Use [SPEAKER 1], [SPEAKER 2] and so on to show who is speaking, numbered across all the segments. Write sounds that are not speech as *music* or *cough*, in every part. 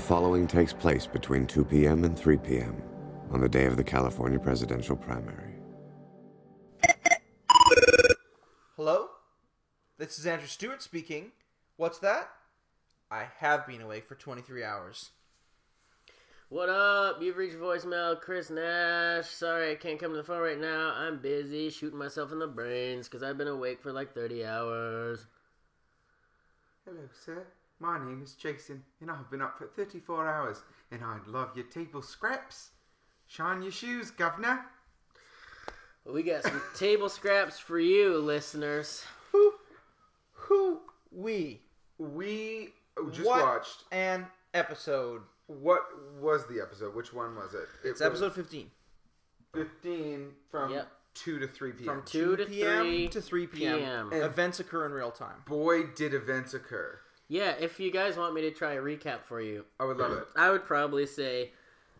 [SPEAKER 1] following takes place between 2 p.m. and 3 p.m. on the day of the California presidential primary.
[SPEAKER 2] Hello? This is Andrew Stewart speaking. What's that? I have been awake for 23 hours.
[SPEAKER 3] What up? You've reached voicemail, Chris Nash. Sorry, I can't come to the phone right now. I'm busy shooting myself in the brains because I've been awake for like 30 hours.
[SPEAKER 4] Hello, sir. My name is Jason, and I've been up for 34 hours, and I'd love your table scraps. Shine your shoes, governor.
[SPEAKER 3] We got some table scraps for you, listeners.
[SPEAKER 2] Who? Who? We.
[SPEAKER 4] We just
[SPEAKER 2] What
[SPEAKER 4] watched.
[SPEAKER 2] An episode.
[SPEAKER 4] What was the episode? Which one was it? It
[SPEAKER 2] It's
[SPEAKER 4] was
[SPEAKER 2] episode 15.
[SPEAKER 4] 15 from
[SPEAKER 3] Yep.
[SPEAKER 4] 2 to 3 p.m.
[SPEAKER 3] From 2 to
[SPEAKER 2] 3
[SPEAKER 3] 3
[SPEAKER 2] to 3 p.m.
[SPEAKER 3] PM.
[SPEAKER 2] Events occur in real time.
[SPEAKER 4] Boy, did events occur.
[SPEAKER 3] Yeah, if you guys want me to try a recap for you,
[SPEAKER 4] I would love it.
[SPEAKER 3] I would probably say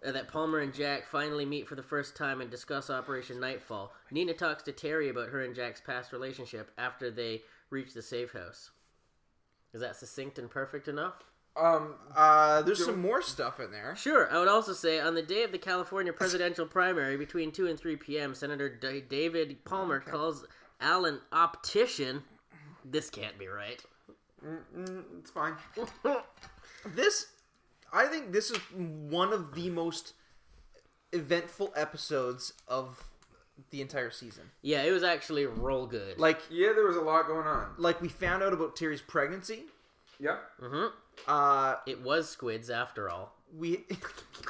[SPEAKER 3] uh, that Palmer and Jack finally meet for the first time and discuss Operation Nightfall. Nina talks to Terry about her and Jack's past relationship after they reach the safe house. Is that succinct and perfect enough?
[SPEAKER 4] Um,
[SPEAKER 2] Uh, there's some more stuff in
[SPEAKER 4] *laughs*
[SPEAKER 2] there.
[SPEAKER 3] Sure. I would also say on the day of the California presidential primary between 2 and 3 p.m., Senator D- David Palmer calls Allen optician. This can't be right.
[SPEAKER 4] it's fine.
[SPEAKER 2] This, I think this is one of the most eventful episodes of the entire season.
[SPEAKER 3] Yeah, it was actually roll good.
[SPEAKER 2] Like,
[SPEAKER 4] *laughs* Yeah, there was a lot going on.
[SPEAKER 2] like we found out about Terry's pregnancy.
[SPEAKER 4] Yep.
[SPEAKER 2] Uh,
[SPEAKER 3] it was squids after all.
[SPEAKER 2] we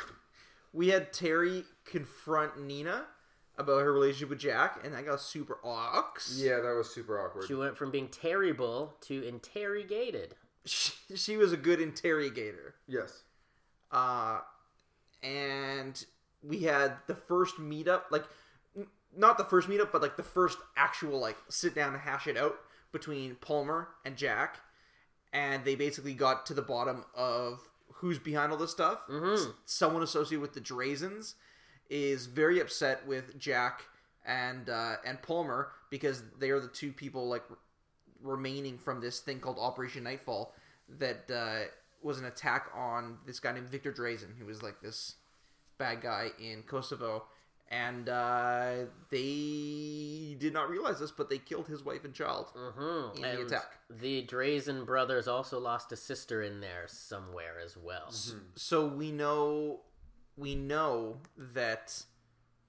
[SPEAKER 2] *laughs* we had Terry confront Nina about her relationship with Jack, and that got super ox.
[SPEAKER 4] Yeah, that was super awkward.
[SPEAKER 3] She went from being terrible to interrogated.
[SPEAKER 2] *laughs* she, she was a good interrogator.
[SPEAKER 4] yes.
[SPEAKER 2] Uh, and we had the first meetup, like n- not the first meetup, but like the first actual like sit down and hash it out between Palmer and Jack, and they basically got to the bottom of who's behind all this stuff. S- someone associated with the Drazens is very upset with Jack and uh, and Palmer because they are the two people like r- remaining from this thing called Operation Nightfall that uh, was an attack on this guy named Victor Drazen, who was like this bad guy in Kosovo. And uh, they did not realize this, but they killed his wife and child
[SPEAKER 3] Mm-hmm.
[SPEAKER 2] in the attack.
[SPEAKER 3] the Drazen brothers also lost a sister in there somewhere as well.
[SPEAKER 2] Mm-hmm. so we know we know that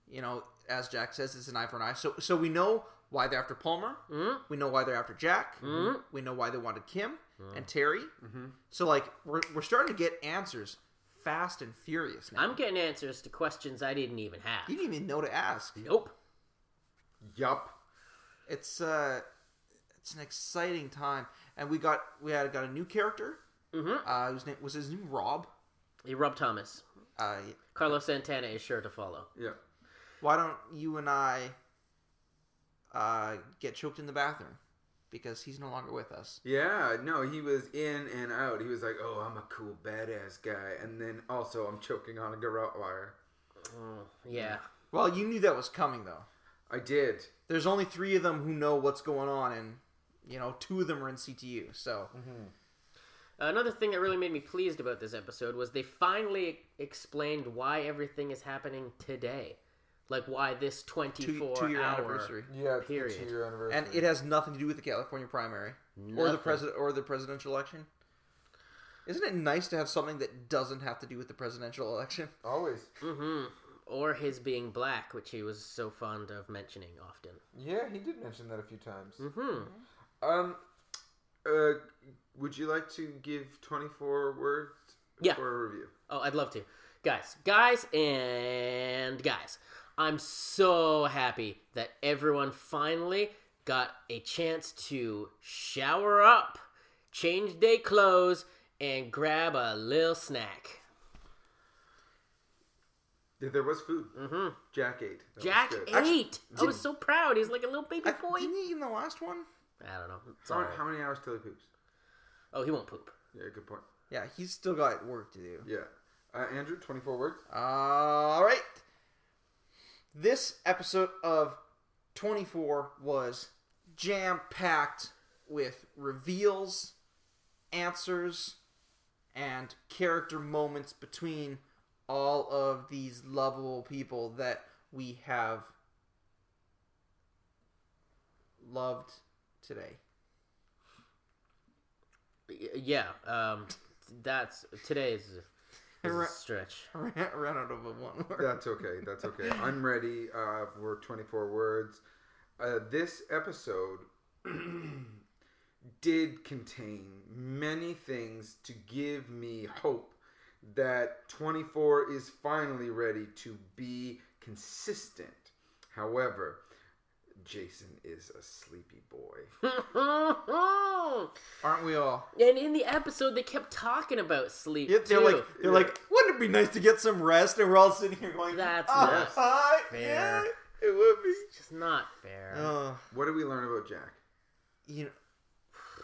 [SPEAKER 2] you know as jack says it's an eye for an eye so so we know why they're after palmer
[SPEAKER 3] Mhm.
[SPEAKER 2] we know why they're after jack we know why they wanted kim and terry so like we're, we're starting to get answers fast and furious now
[SPEAKER 3] I'm getting answers to questions I didn't even have.
[SPEAKER 2] you didn't even know to ask
[SPEAKER 3] Nope.
[SPEAKER 4] Yup.
[SPEAKER 2] it's uh it's an exciting time and we got we had got a new character
[SPEAKER 3] Mhm.
[SPEAKER 2] uh whose name was his name rob
[SPEAKER 3] Hey, Rob Thomas.
[SPEAKER 2] uh
[SPEAKER 3] Carlos Santana is sure to follow.
[SPEAKER 4] Yeah.
[SPEAKER 2] why don't you and I uh, get choked in the bathroom because he's no longer with us?
[SPEAKER 4] Yeah, no, he was in and out. He was like, "Oh, I'm a cool badass guy," and then also I'm choking on a garrote wire.
[SPEAKER 3] Mm, Yeah.
[SPEAKER 2] Well, you knew that was coming though.
[SPEAKER 4] I did.
[SPEAKER 2] There's only three of them who know what's going on, and you know, two of them are in CTU. So
[SPEAKER 3] Another thing that really made me pleased about this episode was they finally explained why everything is happening today. Like why this
[SPEAKER 2] two,
[SPEAKER 3] 24
[SPEAKER 2] two year
[SPEAKER 3] hour
[SPEAKER 2] anniversary,
[SPEAKER 4] Yeah,
[SPEAKER 3] the Period. two-year
[SPEAKER 2] and it has nothing to do with the California primary or the
[SPEAKER 3] Nothing.
[SPEAKER 2] president or the presidential election. Isn't it nice to have something that doesn't have to do with the presidential election?
[SPEAKER 4] always.
[SPEAKER 3] Mhm. Or his being black, which he was so fond of mentioning often.
[SPEAKER 4] Yeah, he did mention that a few times.
[SPEAKER 3] hmm
[SPEAKER 4] Um, uh, would you like to give 24 words
[SPEAKER 3] Yeah.
[SPEAKER 4] for a review?
[SPEAKER 3] Oh, I'd love to. Guys, guys, and guys. I'm so happy that everyone finally got a chance to shower up, change day clothes, and grab a little snack.
[SPEAKER 4] Yeah, There was food. Mm-hmm. Jack ate. That was
[SPEAKER 3] Jack
[SPEAKER 4] good.
[SPEAKER 3] ate. I was so proud. He's like a little baby
[SPEAKER 2] I,
[SPEAKER 3] boy.
[SPEAKER 2] didn't he in the last one?
[SPEAKER 3] I don't know. It's all
[SPEAKER 4] How,
[SPEAKER 3] right.
[SPEAKER 4] how many hours till he poops?
[SPEAKER 3] Oh, he won't poop.
[SPEAKER 4] Yeah, good point.
[SPEAKER 2] Yeah, he's still got work to do.
[SPEAKER 4] Yeah. Uh, Andrew, 24 words.
[SPEAKER 2] Uh, All right. This episode of 24 was jam packed with reveals, answers, and character moments between all of these lovable people that we have loved today. *laughs*
[SPEAKER 3] Y- Yeah, um, that's today's is a
[SPEAKER 2] Right.
[SPEAKER 3] stretch. *laughs*
[SPEAKER 2] I ran, I ran out of a one word.
[SPEAKER 4] *laughs* That's okay. That's okay. I'm ready uh, for 24 words. Uh, this episode *clears throat* did contain many things to give me hope that 24 is finally ready to be consistent. However, Jason is a sleepy boy.
[SPEAKER 2] Aren't we all?
[SPEAKER 3] and in the episode, they kept talking about sleep.
[SPEAKER 2] Yep, they're
[SPEAKER 3] too.
[SPEAKER 2] like they're like, wouldn't it be nice to get some rest? And we're all sitting here going,
[SPEAKER 3] That's
[SPEAKER 2] "Ah,
[SPEAKER 3] not
[SPEAKER 2] ah,
[SPEAKER 3] fair.
[SPEAKER 2] yeah, it would be.
[SPEAKER 3] just not fair.
[SPEAKER 2] Oh,
[SPEAKER 4] What did we learn about Jack?
[SPEAKER 2] you know,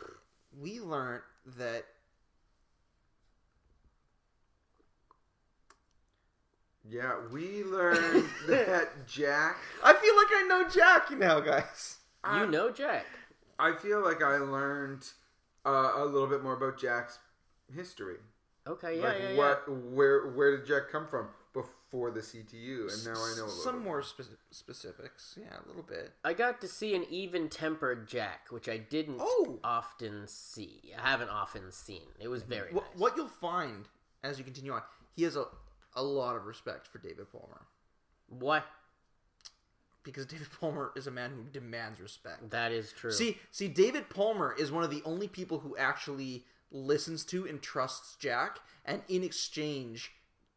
[SPEAKER 2] we learned that
[SPEAKER 4] Yeah, we learned that Jack.
[SPEAKER 2] I feel like I know Jack now, guys.
[SPEAKER 3] you know, Jack.
[SPEAKER 4] I feel like I learned uh, a little bit more about Jack's history.
[SPEAKER 3] Okay, yeah,
[SPEAKER 4] like
[SPEAKER 3] yeah, yeah.
[SPEAKER 4] what, where, where did Jack come from before the CTU? And now Oh, I know a little.
[SPEAKER 2] some
[SPEAKER 4] bit.
[SPEAKER 2] more speci- specifics. Yeah, a little bit.
[SPEAKER 3] I got to see an even-tempered Jack, which I didn't
[SPEAKER 2] Oh.
[SPEAKER 3] often see. I haven't often seen. It was very
[SPEAKER 2] What,
[SPEAKER 3] nice.
[SPEAKER 2] what you'll find as you continue on, he has a a lot of respect for David Palmer
[SPEAKER 3] What?
[SPEAKER 2] because David Palmer is a man who demands respect.
[SPEAKER 3] That is true.
[SPEAKER 2] See, see, David Palmer is one of the only people who actually listens to and trusts Jack, and in exchange,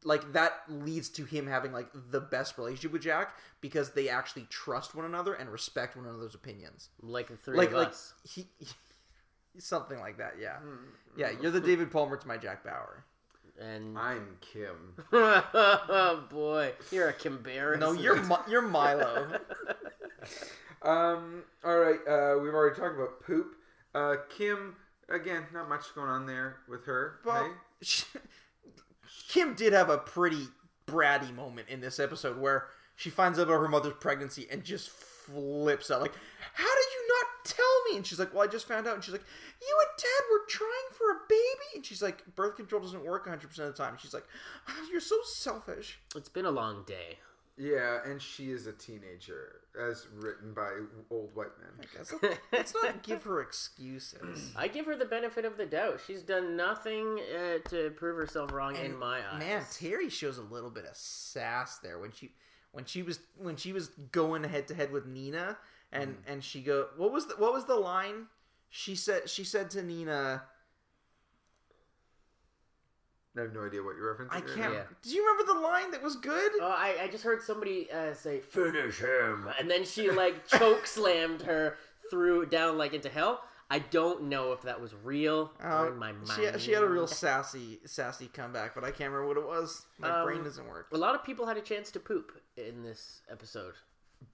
[SPEAKER 2] like that leads to him having like the best relationship with Jack because they actually trust one another and respect one another's opinions.
[SPEAKER 3] like the three
[SPEAKER 2] like,
[SPEAKER 3] of
[SPEAKER 2] like
[SPEAKER 3] us. Hmm.
[SPEAKER 2] he, *laughs* something like that. Yeah, yeah. You're the David Palmer to my Jack
[SPEAKER 3] *laughs*
[SPEAKER 2] Bauer.
[SPEAKER 3] And
[SPEAKER 4] I'm Kim.
[SPEAKER 3] *laughs* oh boy, you're a Kimbaris.
[SPEAKER 2] No, you're Mi- you're
[SPEAKER 3] *laughs*
[SPEAKER 2] Milo.
[SPEAKER 4] um. All right. Uh, we've already talked about poop. Uh, Kim. Again, not much going on there with her.
[SPEAKER 2] Well,
[SPEAKER 4] hey?
[SPEAKER 2] she- *laughs* Kim did have a pretty bratty moment in this episode where she finds out about her mother's pregnancy and just flips out. Like, how did you not tell me? And she's like, well, I just found out. And she's like, you and dad were trying for a baby. And she's like, birth control doesn't work 100% of the time. She's like, "Ah, you're so selfish.
[SPEAKER 3] It's been a long day.
[SPEAKER 4] Yeah, and she is a teenager, as written by old white men.
[SPEAKER 2] Guys, let's- Let's not give her excuses.
[SPEAKER 3] I give her the benefit of the doubt. She's done nothing uh, to prove herself wrong in
[SPEAKER 2] And,
[SPEAKER 3] my eyes.
[SPEAKER 2] Man, Terry shows a little bit of sass there when she when she was when she was going head to head with Nina and
[SPEAKER 3] Mm.
[SPEAKER 2] and she go what was the what was the line she said she said to Nina
[SPEAKER 4] I have no idea what you're referencing.
[SPEAKER 2] I
[SPEAKER 4] right
[SPEAKER 2] can't
[SPEAKER 3] Yeah.
[SPEAKER 2] do you remember the line that was good
[SPEAKER 3] Oh, I, I just heard somebody uh, say "finish him," and
[SPEAKER 2] *laughs*
[SPEAKER 3] then she like choke slammed her through down like into hell. I don't know if that was real or in my
[SPEAKER 2] Um,
[SPEAKER 3] mind.
[SPEAKER 2] she, she had a real sassy sassy comeback but I can't remember what it was my brain
[SPEAKER 3] Um,
[SPEAKER 2] doesn't work
[SPEAKER 3] A lot of people had a chance to poop in this episode.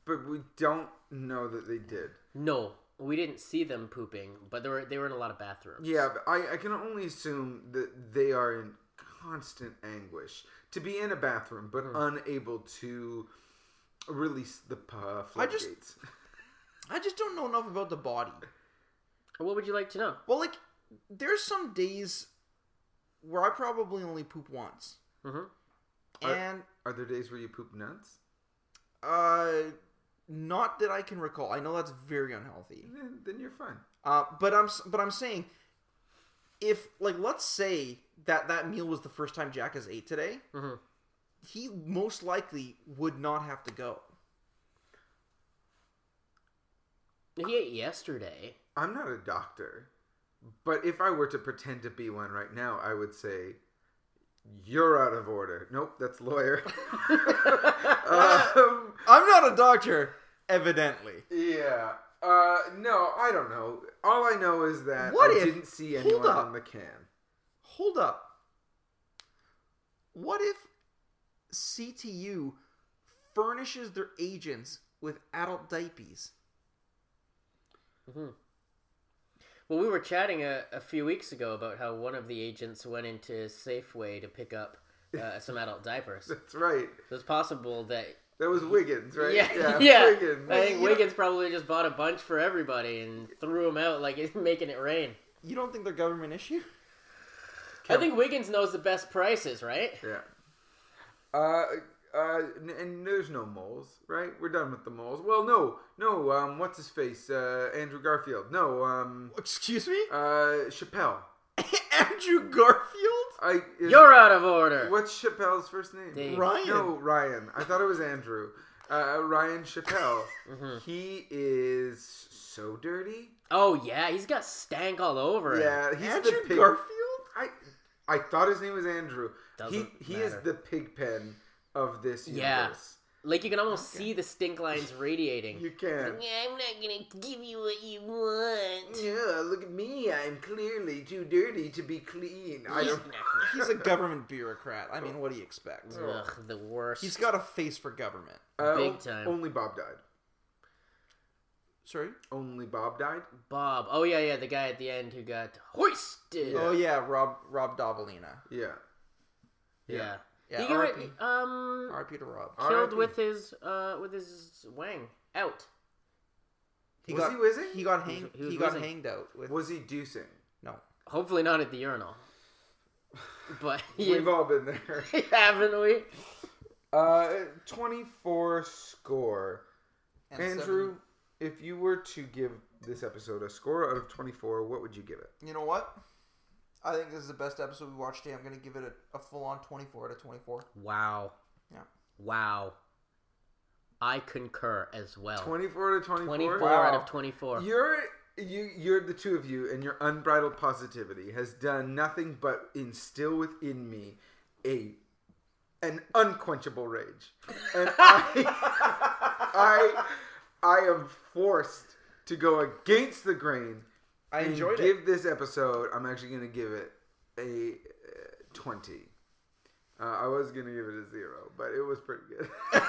[SPEAKER 4] But we don't know that they did.
[SPEAKER 3] No, we didn't see them pooping, but they were they were in a lot of bathrooms.
[SPEAKER 4] Yeah, but I, I can only assume that they are in constant anguish to be in a bathroom but
[SPEAKER 2] Hmm.
[SPEAKER 4] unable to release the uh, floodgates.
[SPEAKER 2] I just- I just don't know enough about the body
[SPEAKER 3] What would you like to know?
[SPEAKER 2] well like there's some days where I probably only poop once
[SPEAKER 3] hmm
[SPEAKER 4] I-
[SPEAKER 2] and
[SPEAKER 4] Are there days where you poop nuts?
[SPEAKER 2] Uh, not that I can recall. I know that's very unhealthy.
[SPEAKER 4] Then, then you're fine.
[SPEAKER 2] Uh, but I'm s- but I'm saying, if like let's say that that meal was the first time Jack has ate today,
[SPEAKER 3] Mhm.
[SPEAKER 2] he most likely would not have to go.
[SPEAKER 3] He ate yesterday.
[SPEAKER 4] I'm not a doctor, but if I were to pretend to be one right now, I would say, "You're out of order." Nope,
[SPEAKER 2] *laughs*
[SPEAKER 4] that's lawyer. um,
[SPEAKER 2] I'm not a doctor, evidently.
[SPEAKER 4] yeah. Uh, no, I don't know. All I know is that
[SPEAKER 2] What
[SPEAKER 4] I
[SPEAKER 2] if-
[SPEAKER 4] didn't see
[SPEAKER 2] hold
[SPEAKER 4] anyone
[SPEAKER 2] up.
[SPEAKER 4] on the can.
[SPEAKER 2] Hold up. What if CTU furnishes their agents with adult diapers?
[SPEAKER 3] Well, we were chatting a, a few weeks ago about how one of the agents went into Safeway to pick up uh, some adult diapers. So
[SPEAKER 4] That's right.
[SPEAKER 3] it's possible that.
[SPEAKER 4] That was Wiggins, *laughs* right?
[SPEAKER 3] Yeah, *laughs* yeah.
[SPEAKER 4] Wiggins.
[SPEAKER 3] I think
[SPEAKER 4] You know-
[SPEAKER 3] Wiggins probably just bought a bunch for everybody and threw them out like it's *laughs* making it rain.
[SPEAKER 2] You don't think they're government issue?
[SPEAKER 3] I think Wiggins knows the best prices, right?
[SPEAKER 4] Yeah. Uh, uh, n- and there's no moles, right? We're done with the moles. Well, no, no. Um, what's his face? Uh, Andrew Garfield. No. Um,
[SPEAKER 2] *laughs* Excuse me?
[SPEAKER 4] uh, Chappelle.
[SPEAKER 2] *laughs* Andrew Garfield?
[SPEAKER 4] I. Is,
[SPEAKER 3] You're out of order.
[SPEAKER 4] what's Chappelle's first name?
[SPEAKER 3] Dave.
[SPEAKER 2] Ryan.
[SPEAKER 4] No, Ryan. I thought it was Andrew. Uh, Ryan Chappelle.
[SPEAKER 3] Mm-hmm.
[SPEAKER 4] He is so dirty.
[SPEAKER 3] Oh yeah, he's got stank all over him.
[SPEAKER 4] Yeah, he's the
[SPEAKER 2] Andrew
[SPEAKER 4] pig.
[SPEAKER 2] Garfield?
[SPEAKER 4] I I thought his name was Andrew.
[SPEAKER 3] Doesn't
[SPEAKER 4] he he is
[SPEAKER 3] matter.
[SPEAKER 4] the pig pen of this
[SPEAKER 3] Yeah.
[SPEAKER 4] universe.
[SPEAKER 3] Like you can almost see the stink
[SPEAKER 4] *laughs*
[SPEAKER 3] lines radiating.
[SPEAKER 4] You can.
[SPEAKER 3] I'm not gonna give you what you want.
[SPEAKER 4] Yeah, look at me. I'm clearly too dirty to be clean. I don't.
[SPEAKER 2] He's a government bureaucrat. I mean, what do you expect?
[SPEAKER 3] Ugh, the worst.
[SPEAKER 2] He's got a face for government.
[SPEAKER 4] Uh,
[SPEAKER 3] Big
[SPEAKER 4] o-
[SPEAKER 3] time.
[SPEAKER 4] Only Bob died.
[SPEAKER 2] Sorry?
[SPEAKER 4] Only Bob died.
[SPEAKER 3] Bob. Oh yeah, yeah, the guy at the end who got hoisted.
[SPEAKER 2] Oh yeah, Rob Rob Dabalina.
[SPEAKER 4] Yeah.
[SPEAKER 3] yeah.
[SPEAKER 2] Yeah,
[SPEAKER 3] He got
[SPEAKER 2] R.I.P..
[SPEAKER 3] um
[SPEAKER 2] R.P. to Rob.
[SPEAKER 3] killed
[SPEAKER 4] R.I.P..
[SPEAKER 3] with his uh with his wang out.
[SPEAKER 4] Was
[SPEAKER 2] got
[SPEAKER 4] he whizzing?
[SPEAKER 2] He got hang,
[SPEAKER 3] He was
[SPEAKER 2] he, got
[SPEAKER 3] whizzing.
[SPEAKER 2] hanged out with
[SPEAKER 4] Was he deucing?
[SPEAKER 2] no.
[SPEAKER 3] Hopefully not at the urinal. But *laughs*
[SPEAKER 4] We've all been there.
[SPEAKER 3] haven't we?
[SPEAKER 4] Uh, twenty-four score.
[SPEAKER 2] And
[SPEAKER 4] Andrew, if you were to give this episode a score out of twenty-four, what would you give it?
[SPEAKER 2] so- you know what? I think this is the best episode we watched today. I'm going to give it a, a full on 24 out of 24.
[SPEAKER 3] Wow.
[SPEAKER 2] Yeah.
[SPEAKER 3] Wow. I concur as well.
[SPEAKER 4] Twenty-four to twenty-four.
[SPEAKER 3] 24 out of 24.
[SPEAKER 4] You're you you're the two of you and your unbridled positivity has done nothing but instill within me a an unquenchable rage. And
[SPEAKER 2] *laughs*
[SPEAKER 4] I I I am forced to go against the grain.
[SPEAKER 2] I
[SPEAKER 4] and
[SPEAKER 2] enjoyed
[SPEAKER 4] give
[SPEAKER 2] it.
[SPEAKER 4] this episode I'm actually going to give it a uh, 20. Uh, I was going to give it a 0, but it was pretty good. *laughs*
[SPEAKER 3] *laughs*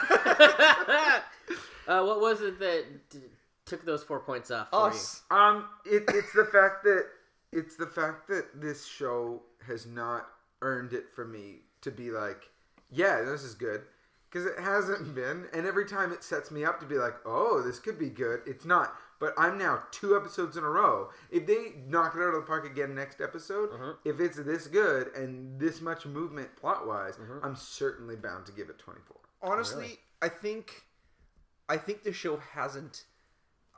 [SPEAKER 3] uh, what was it that d- took those four points off for
[SPEAKER 2] Us.
[SPEAKER 4] Um, it, it's the fact that it's the fact that this show has not earned it for me to be like, yeah, this is good, because it hasn't been. And every time it sets me up to be like, oh, this could be good, it's not. But I'm now two episodes in a row. If they knock it out of the park again next episode, if it's this good and this much movement plot wise, I'm certainly bound to give it 24.
[SPEAKER 2] Honestly, I think I think the show hasn't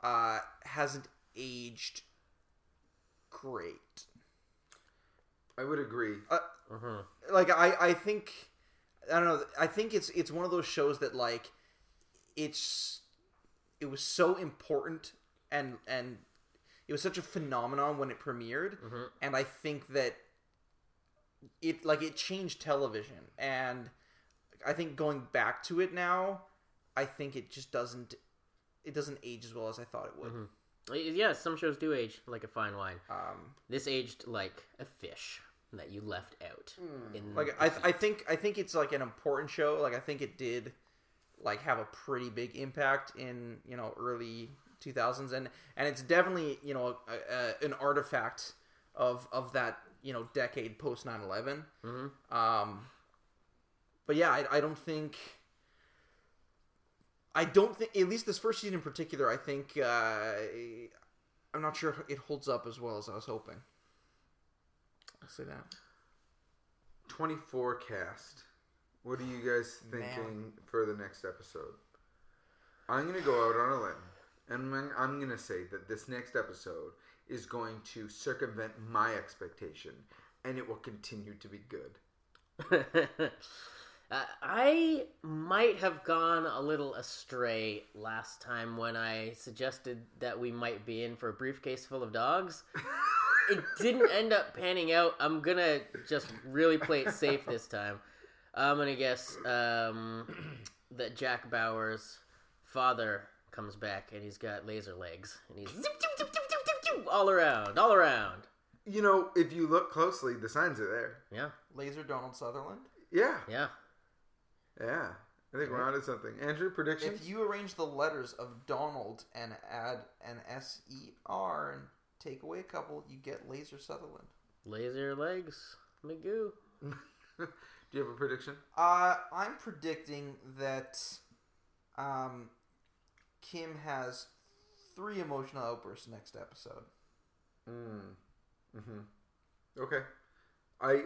[SPEAKER 2] uh hasn't aged great.
[SPEAKER 4] I would agree.
[SPEAKER 2] Uh,
[SPEAKER 3] you? Mhm.
[SPEAKER 2] like I, I think I don't know. I think it's it's one of those shows that like it's it was so important and and it was such a phenomenon when it premiered, and I think that it like it changed television, and I think going back to it now, I think it just doesn't it doesn't age as well as I thought it would.
[SPEAKER 3] Y- Yeah, some shows do age like a fine wine.
[SPEAKER 2] Um,
[SPEAKER 3] This aged like a fish that you left out. In
[SPEAKER 2] Hmm. like I, I think I think it's like an important show. Like I think it did like have a pretty big impact in you know early 2000s and and it's definitely you know a, a, an artifact of of that you know decade post 9/11. Um, but yeah, I, I don't think I don't think at least this first season in particular. I think uh, I'm not sure it holds up as well as I was hoping. I'll say that.
[SPEAKER 4] 24 cast. What are you guys thinking for the next episode? I'm going to go out on a limb and I'm- I'm going to say that this next episode is going to circumvent my expectation and it will continue to be good.
[SPEAKER 3] uh, *laughs* I might have gone a little astray last time when I suggested that we might be in for a briefcase full of dogs. it didn't end up panning out. I'm gonna just really play it safe this time. I'm gonna guess um, that Jack Bauer's father comes back and he's got laser legs and he's zip, zip, zip, zip, zip, zip, zip, all around, all around.
[SPEAKER 4] You know, if you look closely, the signs are there.
[SPEAKER 3] Yeah,
[SPEAKER 2] Laser Donald Sutherland.
[SPEAKER 4] Yeah.
[SPEAKER 3] yeah.
[SPEAKER 4] Yeah. I think we're onto something. Andrew, predictions?
[SPEAKER 2] If you arrange the letters of Donald and add an S E R and take away a couple, you get Laser Sutherland.
[SPEAKER 3] Laser legs, Magoo.
[SPEAKER 4] *laughs* Do you have a prediction?
[SPEAKER 2] Uh, I'm predicting that um, Kim has three emotional outbursts next episode.
[SPEAKER 4] Mm. hmm Okay. I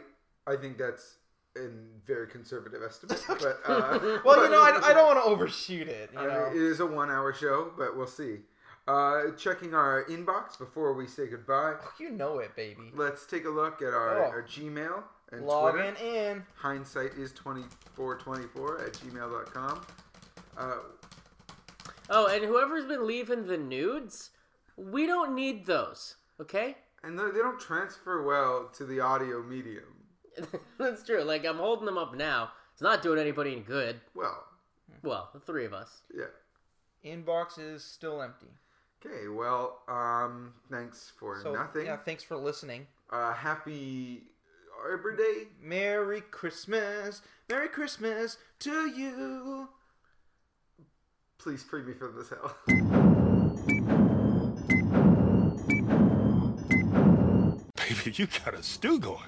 [SPEAKER 4] I think that's a very conservative
[SPEAKER 2] *laughs*
[SPEAKER 4] estimate. But uh,
[SPEAKER 2] Well, you
[SPEAKER 4] but-
[SPEAKER 2] know, I, I don't want to overshoot it. You
[SPEAKER 4] I mean,
[SPEAKER 2] know?
[SPEAKER 4] it is a one-hour show, but we'll see. Uh, checking our inbox before we say goodbye.
[SPEAKER 2] Oh, you know it, baby.
[SPEAKER 4] Let's take a look at our,
[SPEAKER 2] Oh.
[SPEAKER 4] our Gmail and Twitter.
[SPEAKER 2] Logging in.
[SPEAKER 4] Hindsight is 2424 at gmail.com. Uh,
[SPEAKER 3] Oh, and whoever's been leaving the nudes, we don't need those. Okay, *laughs*
[SPEAKER 4] and they they don't transfer well to the audio medium.
[SPEAKER 3] that's true. Like I'm holding them up now. It's not doing anybody any good.
[SPEAKER 4] Well,
[SPEAKER 3] Well, the three of us.
[SPEAKER 4] yeah.
[SPEAKER 2] Inbox is still empty.
[SPEAKER 4] Okay, well, um, thanks for
[SPEAKER 2] So
[SPEAKER 4] nothing.
[SPEAKER 2] yeah, thanks for listening.
[SPEAKER 4] Uh, happy Arbor Day.
[SPEAKER 2] Merry Christmas, Merry Christmas to you.
[SPEAKER 4] Please free me from this hell. *laughs*
[SPEAKER 5] Baby, you got a stew going.